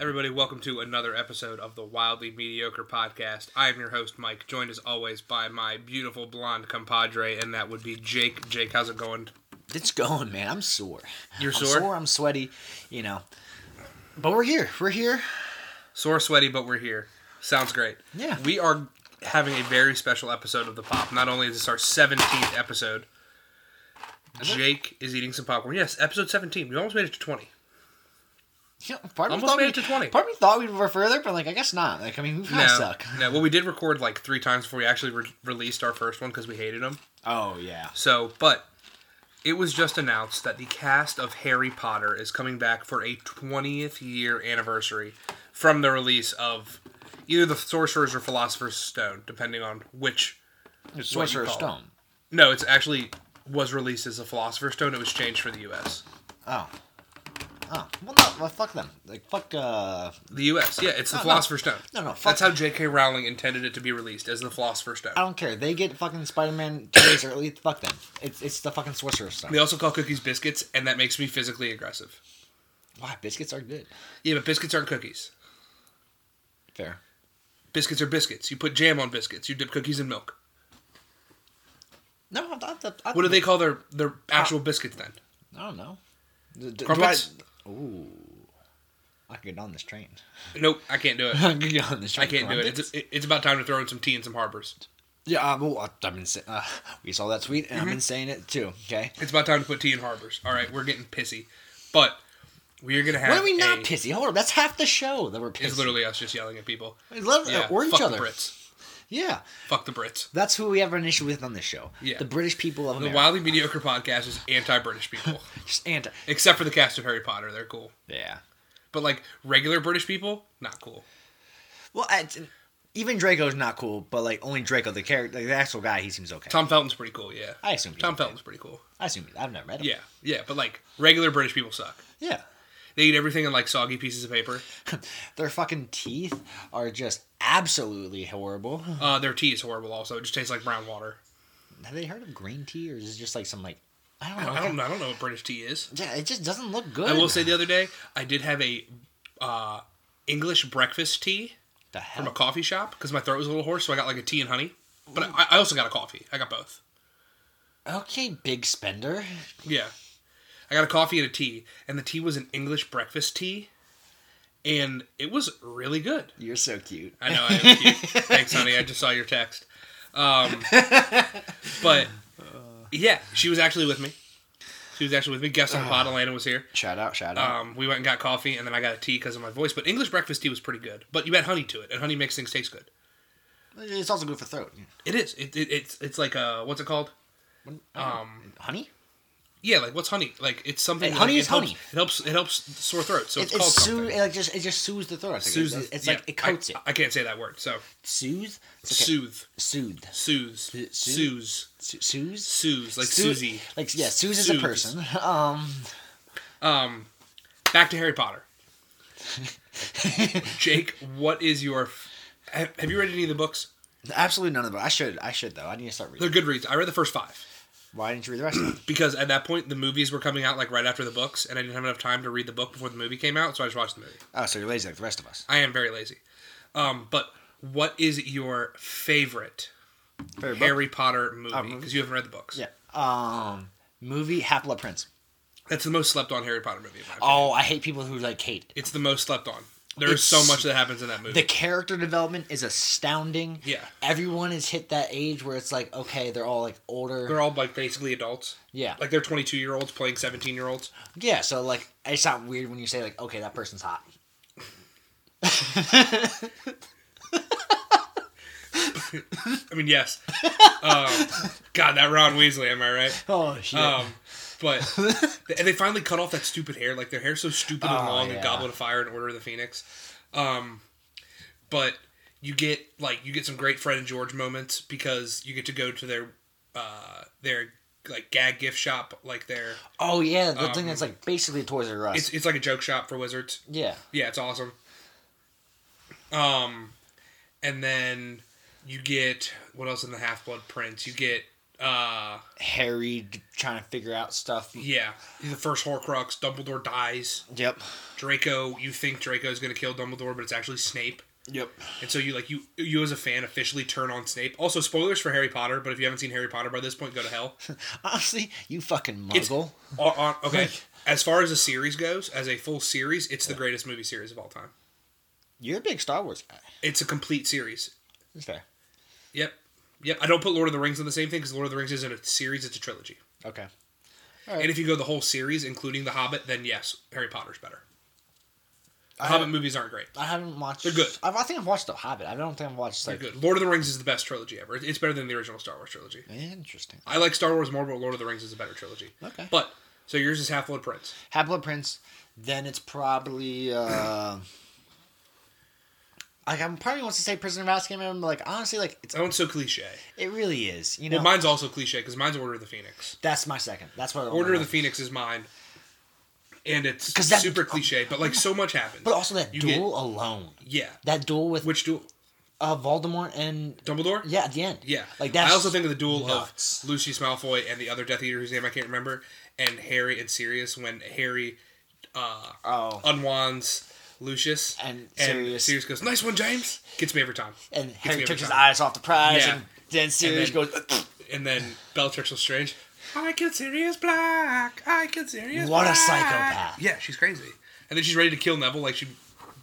Everybody, welcome to another episode of the Wildly Mediocre Podcast. I am your host, Mike, joined as always by my beautiful blonde compadre, and that would be Jake. Jake, how's it going? It's going, man. I'm sore. You're I'm sore? I'm sweaty. You know, but we're here. We're here. Sore, sweaty, but we're here. Sounds great. Yeah. We are having a very special episode of The Pop. Not only is this our 17th episode, Jake is eating some popcorn. Yes, episode 17. We almost made it to 20. Yeah, Part of me Almost thought made we- it to 20. Part of me thought we were further, but like I guess not. Like I mean, we kind No, of suck. no. Well, we did record like three times before we actually re- released our first one because we hated them. Oh yeah. So, but it was just announced that the cast of Harry Potter is coming back for a 20th year anniversary from the release of either the Sorcerer's or Philosopher's Stone, depending on which. It's what you Sorcerer's call it. Stone. No, it's actually was released as a Philosopher's Stone. It was changed for the U.S. Oh. Oh well, no. Well, fuck them. Like fuck. Uh. The U.S. Yeah, it's the No, no. Philosopher's Stone. No, no, fuck That's how J.K. Rowling intended it to be released as the Philosopher's Stone. I don't care. They get fucking Spider-Man two days early. Fuck them. It's it's the fucking Sorcerer's Stone. They also call cookies biscuits, and that makes me physically aggressive. Why biscuits are good? Yeah, but biscuits aren't cookies. Fair. Biscuits are biscuits. You put jam on biscuits. You dip cookies in milk. No, I, I, I, What do they call their their actual biscuits then? I don't know. D- d- do Crumpets? I, ooh. I could get on this train. Nope, I can't do it. I could get on this train. I can't do it. It's, it- it's about time to throw in some tea and some harbors. Yeah, uh, well, I- I've been saying. Uh, we saw that tweet, and I've Mm-hmm. been saying it too. Okay. It's about time to put tea in harbors. All right, we're getting pissy, but we are gonna have. Why are we not a- pissy? Hold on, that's half the show that we're pissy. It's literally us just yelling at people. We love- Yeah, or Uh, each fuck other. The Brits. Yeah, Fuck the Brits. that's who we have an issue with on this show. Yeah. the British people of The America. wildly mediocre podcast is anti-British people, Just anti. except for the cast of Harry Potter. They're cool, Yeah. but like regular British people, not cool. Well, I, even Draco's not cool, but like only Draco, the character, like, the actual guy, he seems okay. Tom Felton's pretty cool. Yeah, I assume. he's Tom okay. Felton's pretty cool. I assume. I've never read him. Yeah, yeah, but like regular British people suck. Yeah. They eat everything in like soggy pieces of paper. Their fucking teeth are just absolutely horrible. Uh, their tea is horrible. Also, it just tastes like brown water. Have they heard of green tea, or is this just like some like I don't know? I don't, know- I don't know what British tea is. Yeah, it just doesn't look good. I will say the other day I did have a uh, English breakfast tea the from a hell. coffee shop because my throat was a little hoarse, so I got like a tea and honey. But I, I also got a coffee. I got both. Okay, big spender. Yeah, I got a coffee and a tea, and the tea was an English breakfast tea, and it was really good. You're so cute. I know I am cute. Thanks, honey. I just saw your text. Um, but yeah, she was actually with me. She was actually with me. Guest on the pod, Elena was here. Shout out, shout out. Um, we went and got coffee, and then I got a tea because of my voice. But English breakfast tea was pretty good. But you add honey to it, and honey makes things taste good. Um, it's also good for throat. It is. It, it, it's it's like uh, what's it called? Um, honey. Yeah, like what's honey? Like it's something. Hey, honey like, is it helps- honey. It helps. It helps sore throat. So It, it's it called soothes. something. It like just it just soothes the throat. I think. Soothes- It's, it's yeah, like it coats I, it. I can't say that word. So Soothes. It's okay. soothe, Soothe. soothes, Soothe? soothes, Soo- Soothes. soothes, like Soo- Susie. Like yeah, Suze is a Soothes. person. Um, Um, back to Harry Potter. Jake, what is your? Have, have you read any of the books? absolutely none of them. I should. I should though. I need to start They're reading. good reads. I read the first five Why didn't you read the rest of them? because at that point the movies were coming out like right after the books, and I didn't have enough time to read the book before the movie came out, so I just watched the movie. Oh, so you're lazy like the rest of us. I am very lazy. Um, but what is your favorite Favorite book? Harry Potter movie? movie. Because you haven't read the books. Um, Yeah. Um, movie Half Blood Prince. that's the most slept on Harry Potter movie. In my opinion. Oh, I hate people who like hate. It's the most slept on. There's so It's- much that happens in that movie. The character development is astounding. Yeah. Everyone has hit that age where it's like, okay, they're all like older. they're all like basically adults. yeah. Like they're 22 year olds playing 17 year olds. yeah, so like it's not weird when you say like, okay, that person's hot. I mean, yes. um, God, that Ron Weasley, am I right? Oh shit. Um, but and they finally cut off that stupid hair. Like their hair's so stupid and Oh, long. And yeah. Goblet of Fire and Order of the Phoenix. Um, but you get like you get some great Fred and George moments because you get to go to their uh, their like gag gift shop. Like their oh yeah, the thing that's like basically Toys R Us. um, it's it's like a joke shop for wizards. yeah. Yeah, it's awesome. Um, and then you get what else in the Half Blood Prince? You get uh, Uh, Harry d- trying to figure out stuff. yeah, the first Horcrux, Dumbledore dies. Yep. Draco, you think Draco's gonna kill Dumbledore, but it's actually Snape. Yep. And so you like you you as a fan officially turn on Snape. Also, spoilers for Harry Potter, but if you haven't seen Harry Potter by this point, go to hell. Honestly, you fucking muggle. On- on- okay, as far as the series goes, as a full series, it's the greatest movie series of all time. You're a big Star Wars guy. It's a complete series. That's fair. Yep, yep. I don't put Lord of the Rings on the same thing because Lord of the Rings isn't a series; it's a trilogy. Okay. And if you go the whole series, including The Hobbit, then yes, Harry Potter's better. The I Hobbit haven't- movies aren't great. I haven't watched. They're good. I've, I think I've watched The Hobbit. I don't think I've watched They're like. good. Lord of the Rings is the best trilogy ever. It's better than the original Star Wars trilogy. Interesting. I like Star Wars more, but Lord of the Rings is a better trilogy. Okay. But so yours is Half Blood Prince. Half Blood Prince. Then it's probably. Uh, like I'm probably wants to say Prisoner of Azkaban. but I'm like honestly, like it's That one's so cliche. it really is. You know, Well, mine's also cliche because mine's Order of the Phoenix. that's Oh my second. That's what Order of the Phoenix is mine, and it's 'Cause that- super cliche. But like so much happens. But also that You duel get- alone. yeah. That duel with Which duel? uh, Voldemort and Dumbledore. yeah, at the end. Yeah. like that's. I also think of the duel nuts. of Lucius Malfoy and the other Death Eater whose name I can't remember, and Harry and Sirius when Harry uh, Oh, unwands Lucius And Sirius- Sirius goes, "Nice one, James." Gets me every time. and me Harry every took his time. eyes off the prize, Yeah. and then Sirius then- goes. And then Bellatrix Lestrange. I kill Sirius Black. I kill Sirius. What a Black." psychopath. Yeah, she's crazy. And then she's ready to kill Neville, like she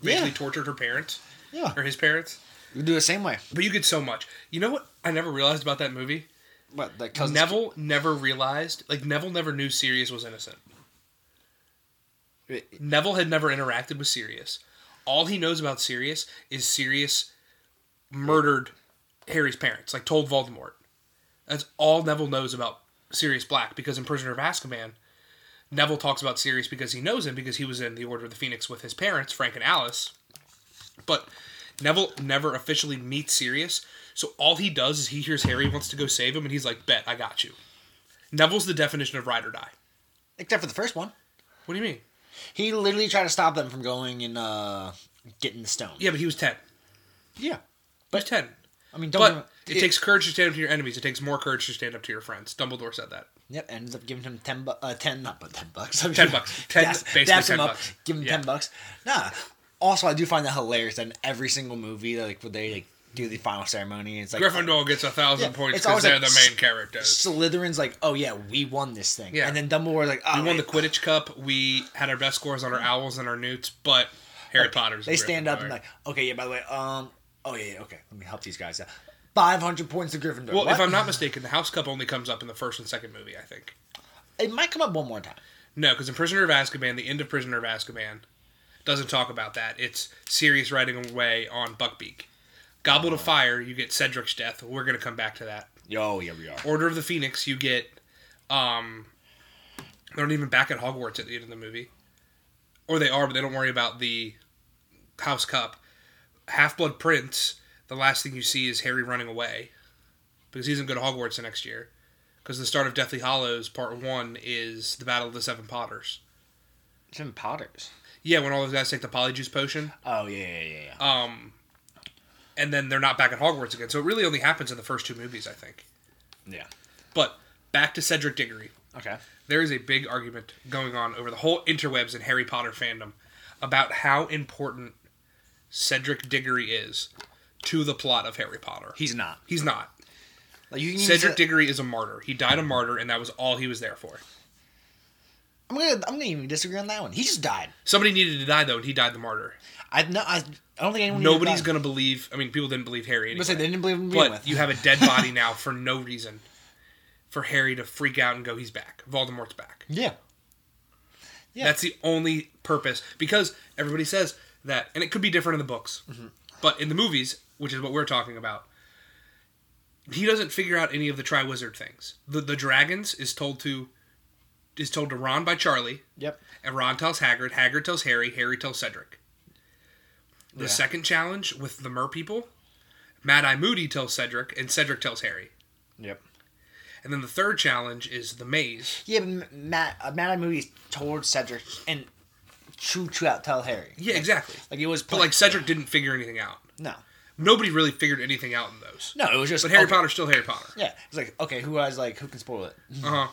basically Yeah. tortured her parents Yeah, or his parents. you do the same way. But you get so much. You know what? I never realized about that movie. But the cousins Neville never realized. Like Neville never knew Sirius was innocent. Neville had never interacted with Sirius. All he knows about Sirius is Sirius murdered Harry's parents, like told Voldemort. That's all Neville knows about Sirius Black because in Prisoner of Azkaban, Neville talks about Sirius because he knows him because he was in the Order of the Phoenix with his parents, Frank and Alice. But Neville never officially meets Sirius, so all he does is he hears Harry wants to go save him and he's like, Bet, I got you. Neville's the definition of ride or die. except for the first one. What do you mean? He literally tried to stop them from going and uh, getting the stone. Yeah, but he was 10. yeah. He was 10. I mean, But Dumbledore. it, takes courage to stand up to your enemies. It takes more courage to stand up to your friends. Dumbledore said that. Yep, ends up giving him ten, bu- uh, ten, not but ten bucks. Ten bucks. Ten- basically daps ten him up, bucks. Give him Yeah. ten bucks. Nah. Also, I do find that hilarious. That in every single movie, like when they like do the final ceremony, it's like Gryffindor gets a thousand Yeah, points it's because always they're like the s- main characters. Slytherin's like, oh yeah, we won this thing. Yeah. And then Dumbledore's like, oh, We won the Quidditch Cup. We had our best scores on our owls and our newts, but Harry Potter's. a They stand up Gryffindor. and like, okay, yeah. By the way, um, oh yeah, yeah, okay. Let me help these guys out. Five hundred points to Gryffindor. Well, What? if I'm not mistaken, the House Cup only comes up in the first and second movie, I think. it might come up one more time. No, because in Prisoner of Azkaban, the end of Prisoner of Azkaban doesn't talk about that. It's Sirius riding away on Buckbeak. Goblet of Fire, you get Cedric's death. We're going to come back to that. Oh yeah, we are. Order of the Phoenix, you get um they're not even back at Hogwarts at the end of the movie. Or they are, but they don't worry about the House Cup. Half Blood Prince, the last thing you see is Harry running away. Because he doesn't go to Hogwarts the next year. Because the start of Deathly Hollows, part one, is the Battle of the Seven Potters. Tim Potter's. Yeah, when all those guys take the polyjuice potion. Oh yeah, yeah, yeah, yeah. Um and then they're not back at Hogwarts again. So it really only happens in the first two movies, I think. yeah. But back to Cedric Diggory. Okay. there is a big argument going on over the whole interwebs in Harry Potter fandom about how important Cedric Diggory is to the plot of Harry Potter. He's not. He's not. Like you can even Cedric say- Diggory is a martyr. He died a martyr, and that was all he was there for. I'm gonna. I'm gonna even disagree on that one. He just died. Somebody needed to die, though, and he died the martyr. I no. I, I don't think anyone. Nobody's gonna. going to believe. I mean, people didn't believe Harry But say they anyway. didn't believe in being But with. you have a dead body now for no reason for Harry to freak out and go, he's back. Voldemort's back. yeah. Yeah. That's the only purpose because everybody says that, and it could be different in the books, Mm-hmm. but in the movies, which is what we're talking about, he doesn't figure out any of the Triwizard things. The the dragons is told to is told to Ron by Charlie, Yep. and Ron tells Hagrid. Hagrid tells Harry. Harry tells Cedric. The Yeah. second challenge with the Mer people, Mad Eye Moody tells Cedric, and Cedric tells Harry. Yep. And then the third challenge is the maze. Yeah, but M- Matt. Uh, Matt movies told Cedric and Choo Choo out tell Harry. Yeah, exactly. Like it was. But like Cedric didn't figure anything out. no. nobody really figured anything out in those. No, it was just But Harry okay. Potter's still Harry Potter. Yeah, it's like okay, who has like who can spoil it? Uh huh.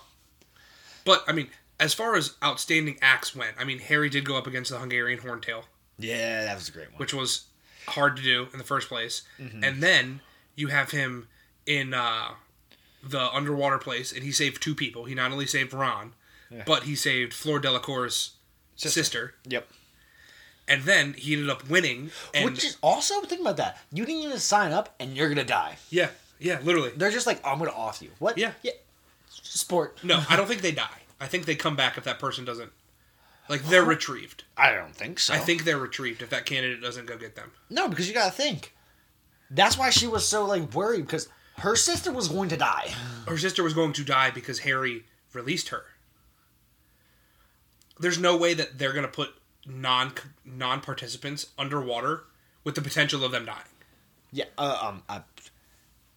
But I mean, as far as outstanding acts went, I mean Harry did go up against the Hungarian Horntail, Yeah, that was a great one. which was hard to do in the first place, and then you have him in uh, the underwater place, and he saved two people. He not only saved Ron, but he saved Fleur Delacour's sister. Yep. and then he ended up winning. And Which is also think about that. You didn't even sign up, and you're gonna die. yeah, yeah, literally. They're just like, I'm gonna off you. What? Yeah. Yeah. Sport. No, I don't think they die. I think they come back if that person doesn't. Like they're retrieved. I don't think so. I think they're retrieved if that candidate doesn't go get them. no, because you gotta think. That's why she was so like worried because her sister was going to die. her sister was going to die because Harry released her. There's no way that they're going to put non non participants underwater with the potential of them dying. Yeah. Uh, um. I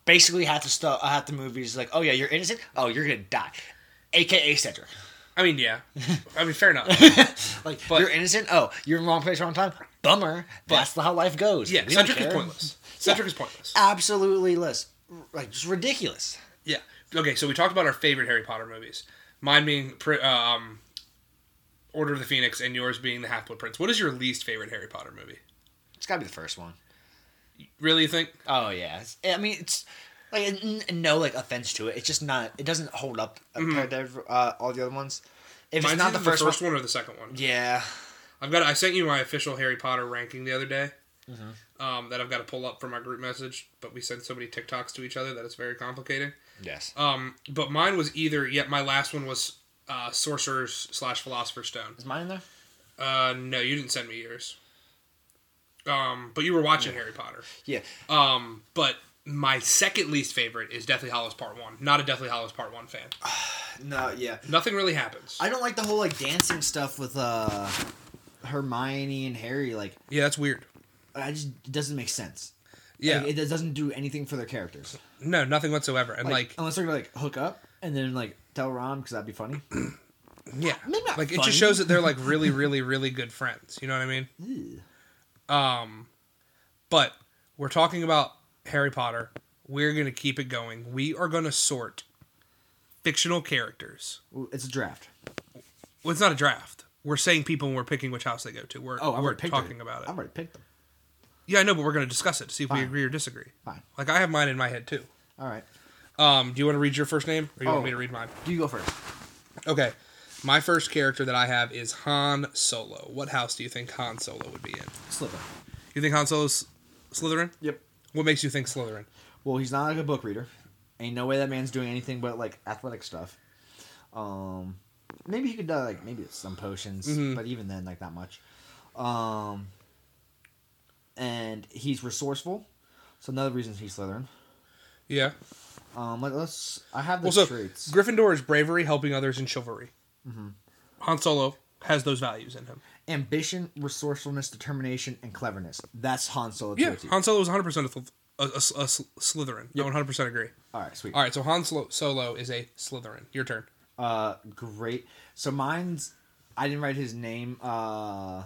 basically had to stop. I had the movies like, oh yeah, you're innocent. Oh, you're gonna die. AKA Cedric. I mean, yeah. I mean, fair enough. Like you're innocent. Oh, you're in the wrong place, wrong time. Bummer. That's how life goes. Yeah, We don't Cedric is care. pointless. Cedric is pointless. Absolutely less. Like just ridiculous. Yeah. Okay, so we talked about our favorite Harry Potter movies. Mine being Pri- um, Order of the Phoenix and yours being The Half Blood Prince. What is your least favorite Harry Potter movie? It's gotta be the first one. Really, you think? Oh yeah. It's- I mean, it's like n- n- no like offense to it. It's just not. It doesn't hold up compared to uh, all the other ones. If Mm-hmm. Mine's it's not the first, one, one or the second one. yeah. I've got. I sent you my official Harry Potter ranking the other day. Mm-hmm. Um, that I've got to pull up from our group message, but we sent so many TikToks to each other that it's very complicated. Yes. Um, but mine was either. Yet my last one was uh, Sorcerer's slash Philosopher's Stone. Is mine in there? Uh, no, you didn't send me yours. Um, but you were watching Harry Potter. Yeah. Um, but my second least favorite is Deathly Hollows Part One. Not a Deathly Hollows Part One fan. No. Yeah. Nothing really happens. I don't like the whole like dancing stuff with uh Hermione and Harry. Like, yeah, that's weird. I just it doesn't make sense. Yeah, Like, it doesn't do anything for their characters. no, nothing whatsoever. And like, unless they're gonna like hook up and then like tell Ron because that'd be funny. Yeah. Maybe not like it funny. just shows that they're like really, really, really good friends. You know what I mean? Um but we're talking about Harry Potter. We're gonna keep it going. We are gonna sort fictional characters. Ooh, It's a draft. Well, it's not a draft. We're saying people and we're picking which house they go to. We're, Oh, I'm we're already picked talking about it. I'm already picked them. Yeah, I know, but we're gonna discuss it to see if we Fine. agree or disagree. Fine. Like I have mine in my head too. All right. Um, do you want to read your first name, or you Oh. want me to read mine? You go first. Okay, my first character that I have is Han Solo. What house do you think Han Solo would be in? Slipper. You think Han Solo's Slytherin? Yep. What makes you think Slytherin? Well, he's not like a book reader. Ain't no way that man's doing anything but like athletic stuff. Um, maybe he could uh, like maybe it's some potions, Mhm. but even then, like not much. Um, and he's resourceful. So another reason he's Slytherin. Yeah. Um, let, us I have the Also, traits. Gryffindor is bravery, helping others, and chivalry. Mm-hmm. Han Solo has those values in him. Ambition, resourcefulness, determination, and cleverness. That's Han Solo. Yeah, too. Han Solo is 100% a, Slyth- a, a, a Sl- Slytherin. I 100% agree. All right, sweet. All right, so Han Solo, Solo is a Slytherin. Your turn. Uh, great. So mine's I didn't write his name uh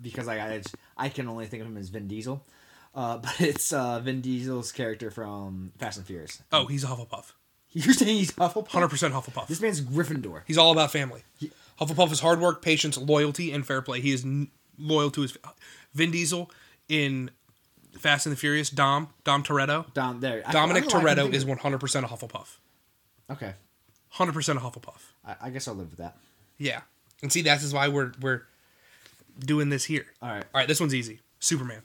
because I I, just- I can only think of him as Vin Diesel. Uh, but it's uh Vin Diesel's character from Fast and Furious. Oh, he's a Hufflepuff. You're saying he's Hufflepuff? 100% Hufflepuff. This man's Gryffindor. He's all about family. Hufflepuff is hard work, patience, loyalty, and fair play. He is n- loyal to his. Vin Diesel in Fast and the Furious, Dom, Dom Toretto. Down there. I- I Dominic don't know why I Toretto couldn't is think 100% a Hufflepuff. of- okay. 100% a Hufflepuff. I, I guess I'll live with that. Yeah, and see that's is why we're we're doing this here. All right. all right. This one's easy. Superman.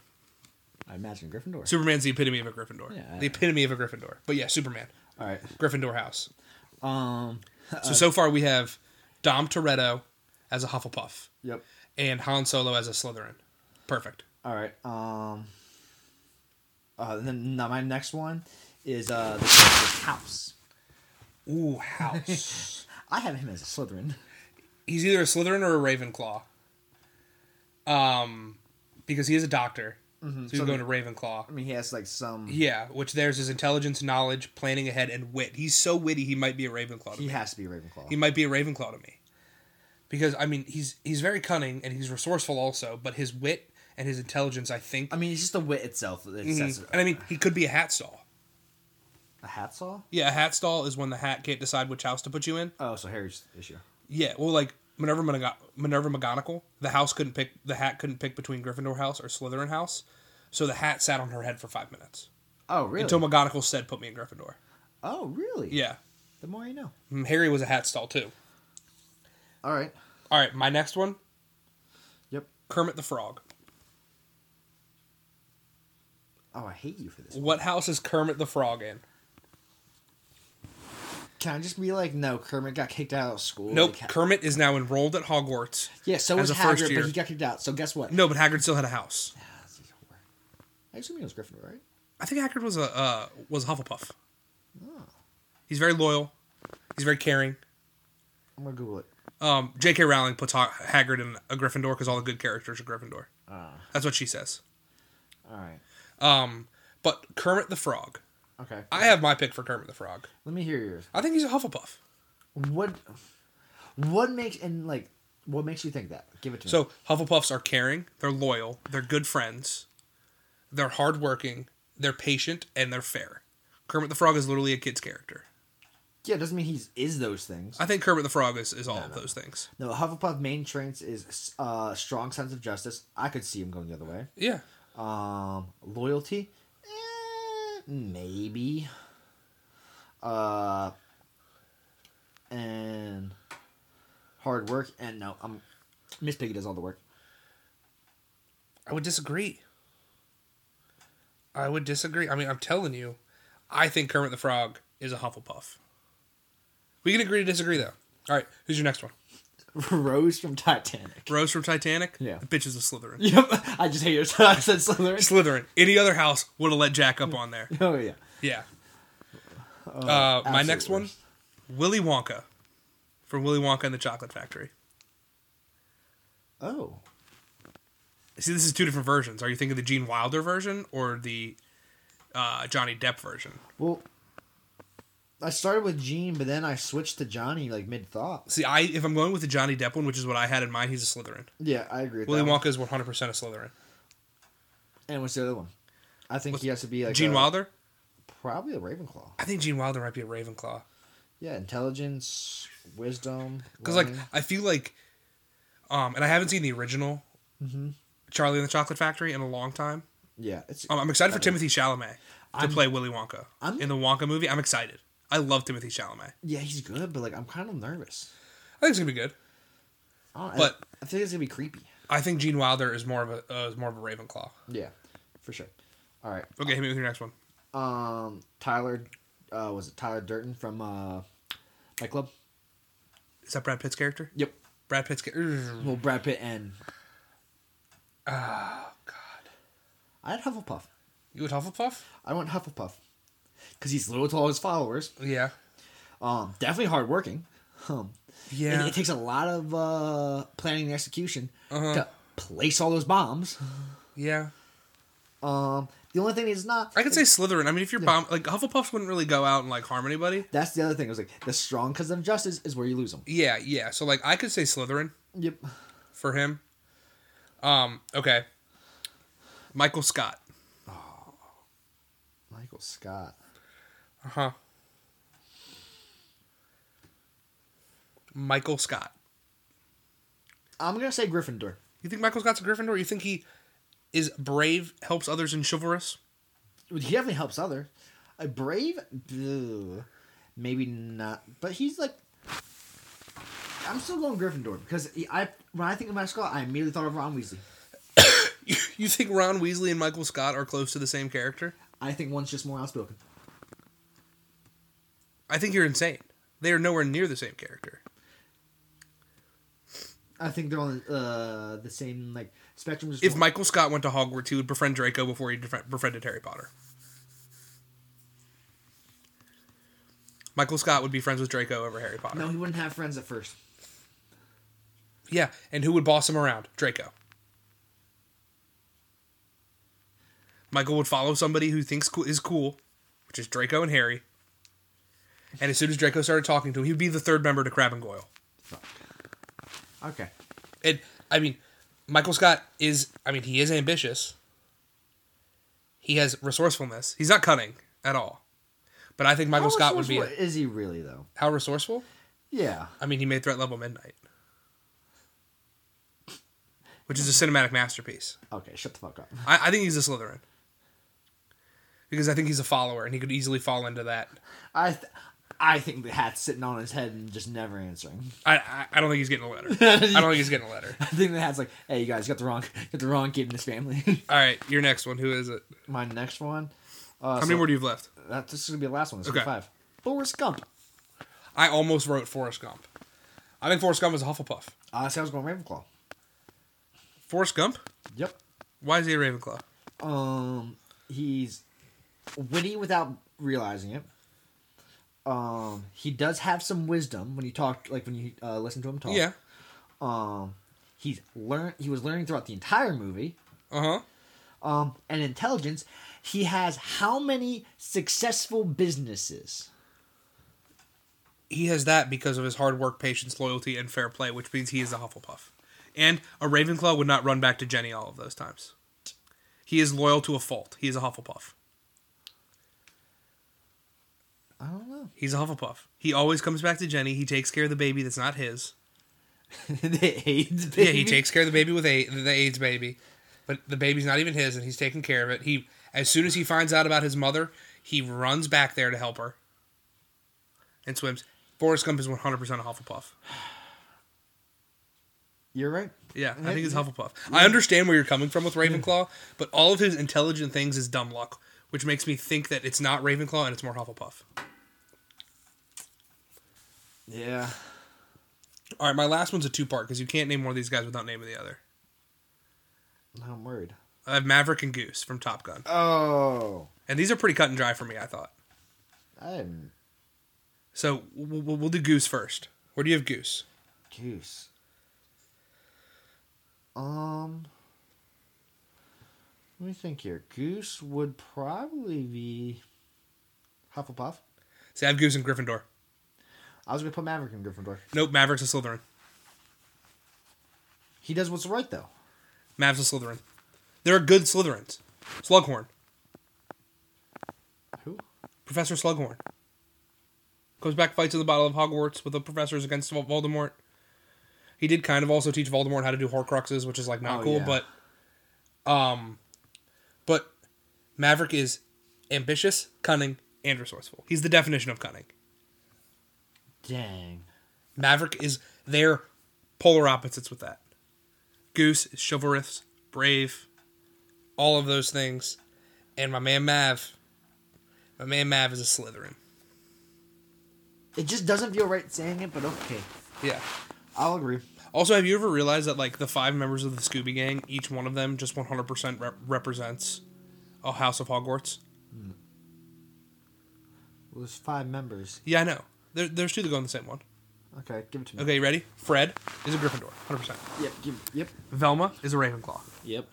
I imagine Gryffindor. Superman's the epitome of a Gryffindor. Yeah. The epitome of a Gryffindor. But yeah, Superman. All right. Gryffindor house. Um. So so far we have Dom Toretto as a Hufflepuff Yep. and Han Solo as a Slytherin. Perfect. All right. Um. Uh, and then now my next one is uh the character's house. Ooh, house. I have him as a Slytherin. He's either a Slytherin or a Ravenclaw. Um, because he is a doctor, Mm-hmm. so So you're going to Ravenclaw. I mean, he has like some. Yeah, which there's his intelligence, knowledge, planning ahead, and wit. He's so witty he might be a Ravenclaw. To He me. has to be Ravenclaw. He might be a Ravenclaw to me, because I mean he's he's very cunning and he's resourceful also, but his wit and his intelligence, I think. I mean, it's just the wit itself that sets Mhm. it. And I mean, he could be a hat stall. a hat saw. Yeah, a hat stall is when the hat can't decide which house to put you in. Oh, so Harry's issue. Yeah, well, like Minerva Monog- Minerva McGonagall, the house couldn't pick the hat couldn't pick between Gryffindor house or Slytherin house, so the hat sat on her head for five minutes Oh, really? until McGonagall said, "Put me in Gryffindor." oh, really? Yeah, The more you know. Mm, Harry was a hat stall too. All right. All right, my next one, Yep. Kermit the Frog. Oh, I hate you for this. What house is Kermit the Frog in? Can I just be like, no, Kermit got kicked out of school. Nope, Like, Kermit is now enrolled at Hogwarts. yeah, so as was a first Hagrid, year. but he got kicked out. So guess what? No, but Hagrid still had a house. Ah, this is horrible. I assume he was Gryffindor, right? I think Hagrid was a uh, was a Hufflepuff. He's very loyal. He's very caring. I'm gonna Google it. Um, J.K. Rowling puts Ha- Hagrid in a Gryffindor because all the good characters are Gryffindor. That's what she says. All right. Um, but Kermit the Frog. Okay. I have my pick for Kermit the Frog. Let me hear yours. I think he's a Hufflepuff. What? What makes and like what makes you think that? Give it to me. So Hufflepuffs are caring, they're loyal, they're good friends, they're hardworking, they're patient, and they're fair. Kermit the Frog is literally a kid's character. yeah, it doesn't mean he's is those things. I think Kermit the Frog is, is all of those things. No, Hufflepuff main traits is uh strong sense of justice. I could see him going the other way. Yeah. Um, loyalty, eh, maybe. Uh, and hard work. And no, I'm Miss Piggy does all the work. I would disagree. I would disagree. I mean, I'm telling you, I think Kermit the Frog is a Hufflepuff. We can agree to disagree, though. All right, who's your next one? Rose from Titanic. Rose from Titanic? Yeah. The bitch is a Slytherin. Yep, I just hate it. So I said Slytherin. Slytherin. Any other house would have let Jack up on there. Oh yeah. Yeah. Uh, my absolute next one worst. Willy Wonka from Willy Wonka and the Chocolate Factory. Oh, See, this is two different versions. Are you thinking the Gene Wilder version or the uh, Johnny Depp version? well. I started with Gene, but then I switched to Johnny like mid thought. See, I if I'm going with the Johnny Depp one, which is what I had in mind, he's a Slytherin. Yeah, I agree. With Willy that one. Wonka is 100% a Slytherin. And what's the other one? I think What's- he has to be like Gene a- Wilder? Probably a Ravenclaw. I think Gene Wilder might be a Ravenclaw. Yeah, intelligence, wisdom. Because, like, learning. I feel like, um, and I haven't seen the original Mm-hmm. Charlie and the Chocolate Factory in a long time. yeah, it's Um, I'm excited for I mean- Timothy Chalamet to I'm- play Willy Wonka I'm- in the Wonka movie. I'm excited. I love Timothy Chalamet. yeah, he's good, but like I'm kind of nervous. I think it's gonna be good. I don't, But- I, I think it's gonna be creepy. I think Gene Wilder is more of a uh, is more of a Ravenclaw. Yeah, for sure. All right, Okay, hit me with your next one. um, Tyler, uh, was it Tyler Durton from uh, my club? Is that Brad Pitt's character? Yep. Brad Pitt's character. Well, Brad Pitt and Oh God. I had Hufflepuff. You would Hufflepuff? I want Hufflepuff because he's loyal to all his followers. Oh, Yeah. Um, definitely hardworking. Um, Yeah. It, it takes a lot of uh, planning and execution Uh-huh. to place all those bombs. Yeah. Um, the only thing is not. I could say Slytherin. I mean, if you're bomb, like Hufflepuffs wouldn't really go out and like harm anybody. That's the other thing. It was like the strong because of justice is where you lose them. Yeah, yeah. So like, I could say Slytherin Yep. for him. Um. Okay. Michael Scott. Michael Scott. Uh huh. Michael Scott. I'm gonna say Gryffindor. You think Michael Scott's a Gryffindor? You think he is brave, helps others, and chivalrous? He definitely helps other. A brave, ugh, maybe not, but he's like. I'm still going Gryffindor because he- I when I think of Michael Scott, I immediately thought of Ron Weasley. You, you think Ron Weasley and Michael Scott are close to the same character? I think one's just more outspoken. I think you're insane. They are nowhere near the same character. I think they're on uh, the same like spectrum. just If more- Michael Scott went to Hogwarts, he would befriend Draco before he defri- befriended Harry Potter. Michael Scott would be friends with Draco over Harry Potter. no, he wouldn't have friends at first. Yeah, and who would boss him around? Draco. Michael would follow somebody who thinks cool, is cool, which is Draco and Harry. And as soon as Draco started talking to him, he would be the third member to Crab and Goyle. Okay. And I mean, Michael Scott is, I mean, he is ambitious. He has resourcefulness. He's not cunning at all. But I think Michael How Scott would be. resourceful Is he really though? How resourceful? Yeah. I mean, he made Threat Level Midnight, which is a cinematic masterpiece. Okay, shut the fuck up. I, I think he's a Slytherin. Because I think he's a follower and he could easily fall into that. I, th- I think the hat's sitting on his head and just never answering. I, I, I don't think he's getting a letter. I don't think he's getting a letter. I think the hat's like, hey, you guys got the wrong, got the wrong kid in this family. All right, your next one. Who is it? My next one. Uh, How many more do you have left? That, this is gonna be the last one. This is Okay. five. Forrest Gump. I almost wrote Forrest Gump. I think Forrest Gump is a Hufflepuff. Uh, see, I was going Ravenclaw. Forrest Gump? Yep. Why is he a Ravenclaw? Um, he's witty without realizing it. Um, he does have some wisdom when you talk, like when you uh, listen to him talk. Yeah. Um, he's learned. He was learning throughout the entire movie. Uh huh. Um, and intelligence. He has how many successful businesses? He has that because of his hard work, patience, loyalty, and fair play, which means he is a Hufflepuff. And a Ravenclaw would not run back to Jenny all of those times. He is loyal to a fault. He is a Hufflepuff. I don't know. He's a Hufflepuff. He always comes back to Jenny. He takes care of the baby that's not his. the AIDS baby. Yeah, he takes care of the baby with a- the AIDS baby, but the baby's not even his, and he's taking care of it. He as soon as he finds out about his mother, he runs back there to help her, and swims. Forrest Gump is one hundred percent a Hufflepuff. You're right. Yeah, I think it's Hufflepuff. I understand where you're coming from with Ravenclaw, but all of his intelligent things is dumb luck, which makes me think that it's not Ravenclaw and it's more Hufflepuff. Yeah. All right, my last one's a two part because you can't name one of these guys without naming the other. Now I'm worried. I have Maverick and Goose from Top Gun, Oh, and these are pretty cut and dry for me. I thought. I'm So we'll, we'll we'll do Goose first. Where do you have Goose? Goose. Um, let me think here. Goose would probably be Hufflepuff. See, I have Goose and Gryffindor. I was gonna put Maverick in Gryffindor. Nope, Maverick's a Slytherin. He does what's right though. Mav's a Slytherin. There are good Slytherins. Slughorn. Who? Professor Slughorn. Comes back, fights in the Battle of Hogwarts with the professors against Vol- Voldemort. He did kind of also teach Voldemort how to do Horcruxes, which is like not Oh, cool, yeah. but um, but Maverick is ambitious, cunning, and resourceful. He's the definition of cunning. Dang. Maverick is their polar opposites with that. Goose is chivalrous, brave, all of those things. And my man Mav, my man Mav is a Slytherin. It just doesn't feel right saying it, but okay. Yeah. I'll agree. Also, have you ever realized that like the five members of the Scooby Gang, each one of them just 100% rep- represents a House of Hogwarts? Well, there's five members. Yeah, I know. There, there's two that go in the same one. Okay, give it to me. Okay, you ready? Fred is a Gryffindor, 100%. Yep. Give, yep. Velma is a Ravenclaw. Yep.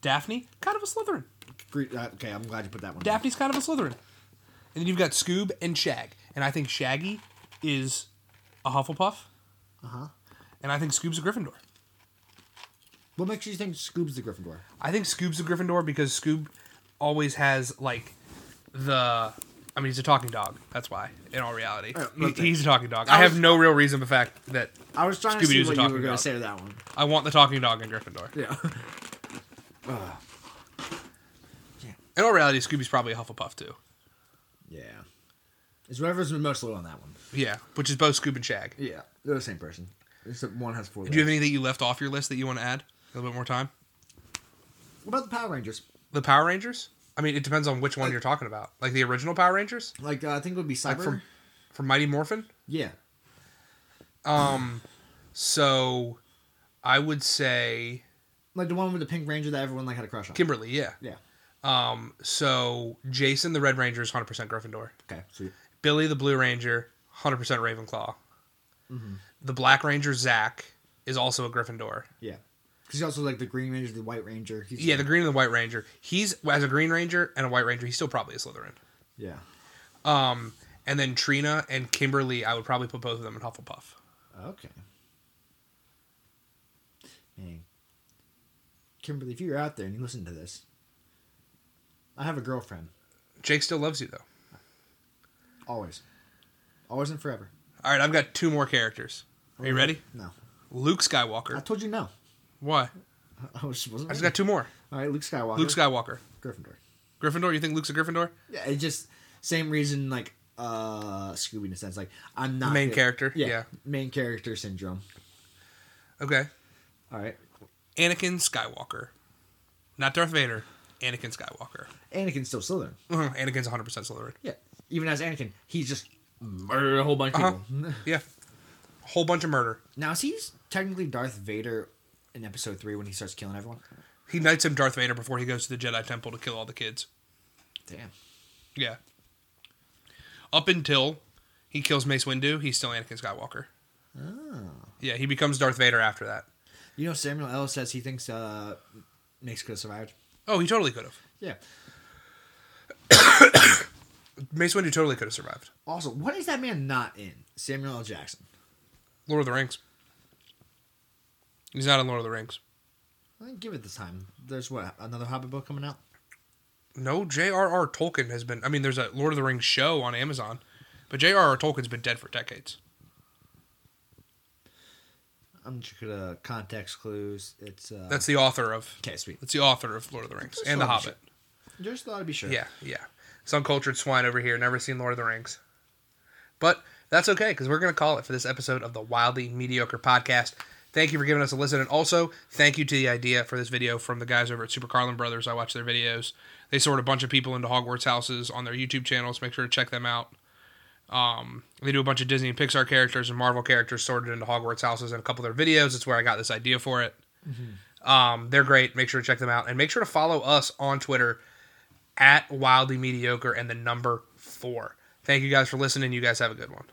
Daphne, kind of a Slytherin. Gre- uh, Okay, I'm glad you put that one. down. Daphne's kind of a Slytherin. And then you've got Scoob and Shag. And I think Shaggy is a Hufflepuff. Uh-huh. And I think Scoob's a Gryffindor. What makes you think Scoob's the Gryffindor? I think Scoob's a Gryffindor because Scoob always has, like, the. I mean, he's a talking dog. That's why, in all reality. Yeah, He- Oh, okay. he's a talking dog. I I have was- no real reason for the fact that I was trying Scooby-Doo's a to see what you talking were going dog. to say to that one. I want the talking dog in Gryffindor. Yeah. In all reality, Scooby's probably a Hufflepuff, too. Yeah. It's whoever's been most loyal on that one. Yeah, which is both Scoob and Shag. Yeah. They're the same person. Except one has four Do you have any that you left off your list that you want to add? A little bit more time? What about the Power Rangers? The Power Rangers? I mean, it depends on which one you're talking about. Like the original Power Rangers, Like, uh, I think it would be Cyber. like from from Mighty Morphin. yeah. Um, so I would say Like the one with the Pink Ranger that everyone like had a crush on. Kimberly. Yeah. yeah. Um, so Jason the Red Ranger is 100% Gryffindor. Okay. Sweet. Billy the Blue Ranger, 100% Ravenclaw. The Black Ranger Zach is also a Gryffindor. Yeah. Because he's also like the Green Ranger, the White Ranger. He's, Yeah, the Green and the White Ranger. He's as a Green Ranger and a White Ranger, he's still probably a Slytherin. Yeah. Um, and then Trina and Kimberly, I would probably put both of them in Hufflepuff. Okay. Man, Kimberly, if you're out there and you listen to this, I have a girlfriend. Jake still loves you though. Always. Always and forever. All right, I've got two more characters. Are you ready? No. Luke I Skywalker. told you no. Why? I was wasn't I just ready. got two more. All right, Luke Skywalker. Luke Skywalker. Gryffindor. Gryffindor. You think Luke's a Gryffindor? Yeah, it just same reason like uh Scooby in a sense. Like I'm not Main character, yeah. Main character syndrome. Okay. All right. Anakin Skywalker. Not Darth Vader. Anakin Skywalker. Anakin's still Slytherin. Uh-huh, Anakin's 100% Slytherin. Yeah. Even as Anakin, he's just murdered a whole bunch of Uh-huh. people. Yeah. Whole bunch of murder. Now is he technically Darth Vader in episode three when he starts killing everyone? He knights him Darth Vader before he goes to the Jedi Temple to kill all the kids. Damn. Yeah. Up until he kills Mace Windu, he's still Anakin Skywalker. Oh. Yeah, he becomes Darth Vader after that. You know Samuel L says he thinks uh Mace could have survived. Oh, he totally could have. Yeah. Mace Windu totally could have survived. Also, what is that man not in? Samuel L. Jackson. Lord of the Rings. He's not in Lord of the Rings. I think give it the time. There's what another Hobbit book coming out. No, J.R.R. Tolkien has been. I mean, there's a Lord of the Rings show on Amazon, but J.R.R. Tolkien's been dead for decades. I'm just gonna context clues. It's uh, That's the author of. okay. Sweet. That's the author of Lord of the Rings That's and The not Hobbit. Just thought I'd be sure. Yeah, yeah. Some cultured swine over here, never seen Lord of the Rings. But that's okay, because we're going to call it for this episode of the Wildly Mediocre Podcast. Thank you for giving us a listen, and also thank you to the idea for this video from the guys over at Super Carlin Brothers. I watch their videos. They sort a bunch of people into Hogwarts houses on their YouTube channels. Make sure to check them out. Um, they do a bunch of Disney and Pixar characters and Marvel characters sorted into Hogwarts houses in a couple of their videos. It's where I got this idea for it. Um, they're great. Make sure to check them out, and make sure to follow us on Twitter at wildly mediocre and the number four. Thank you guys for listening. You guys have a good one.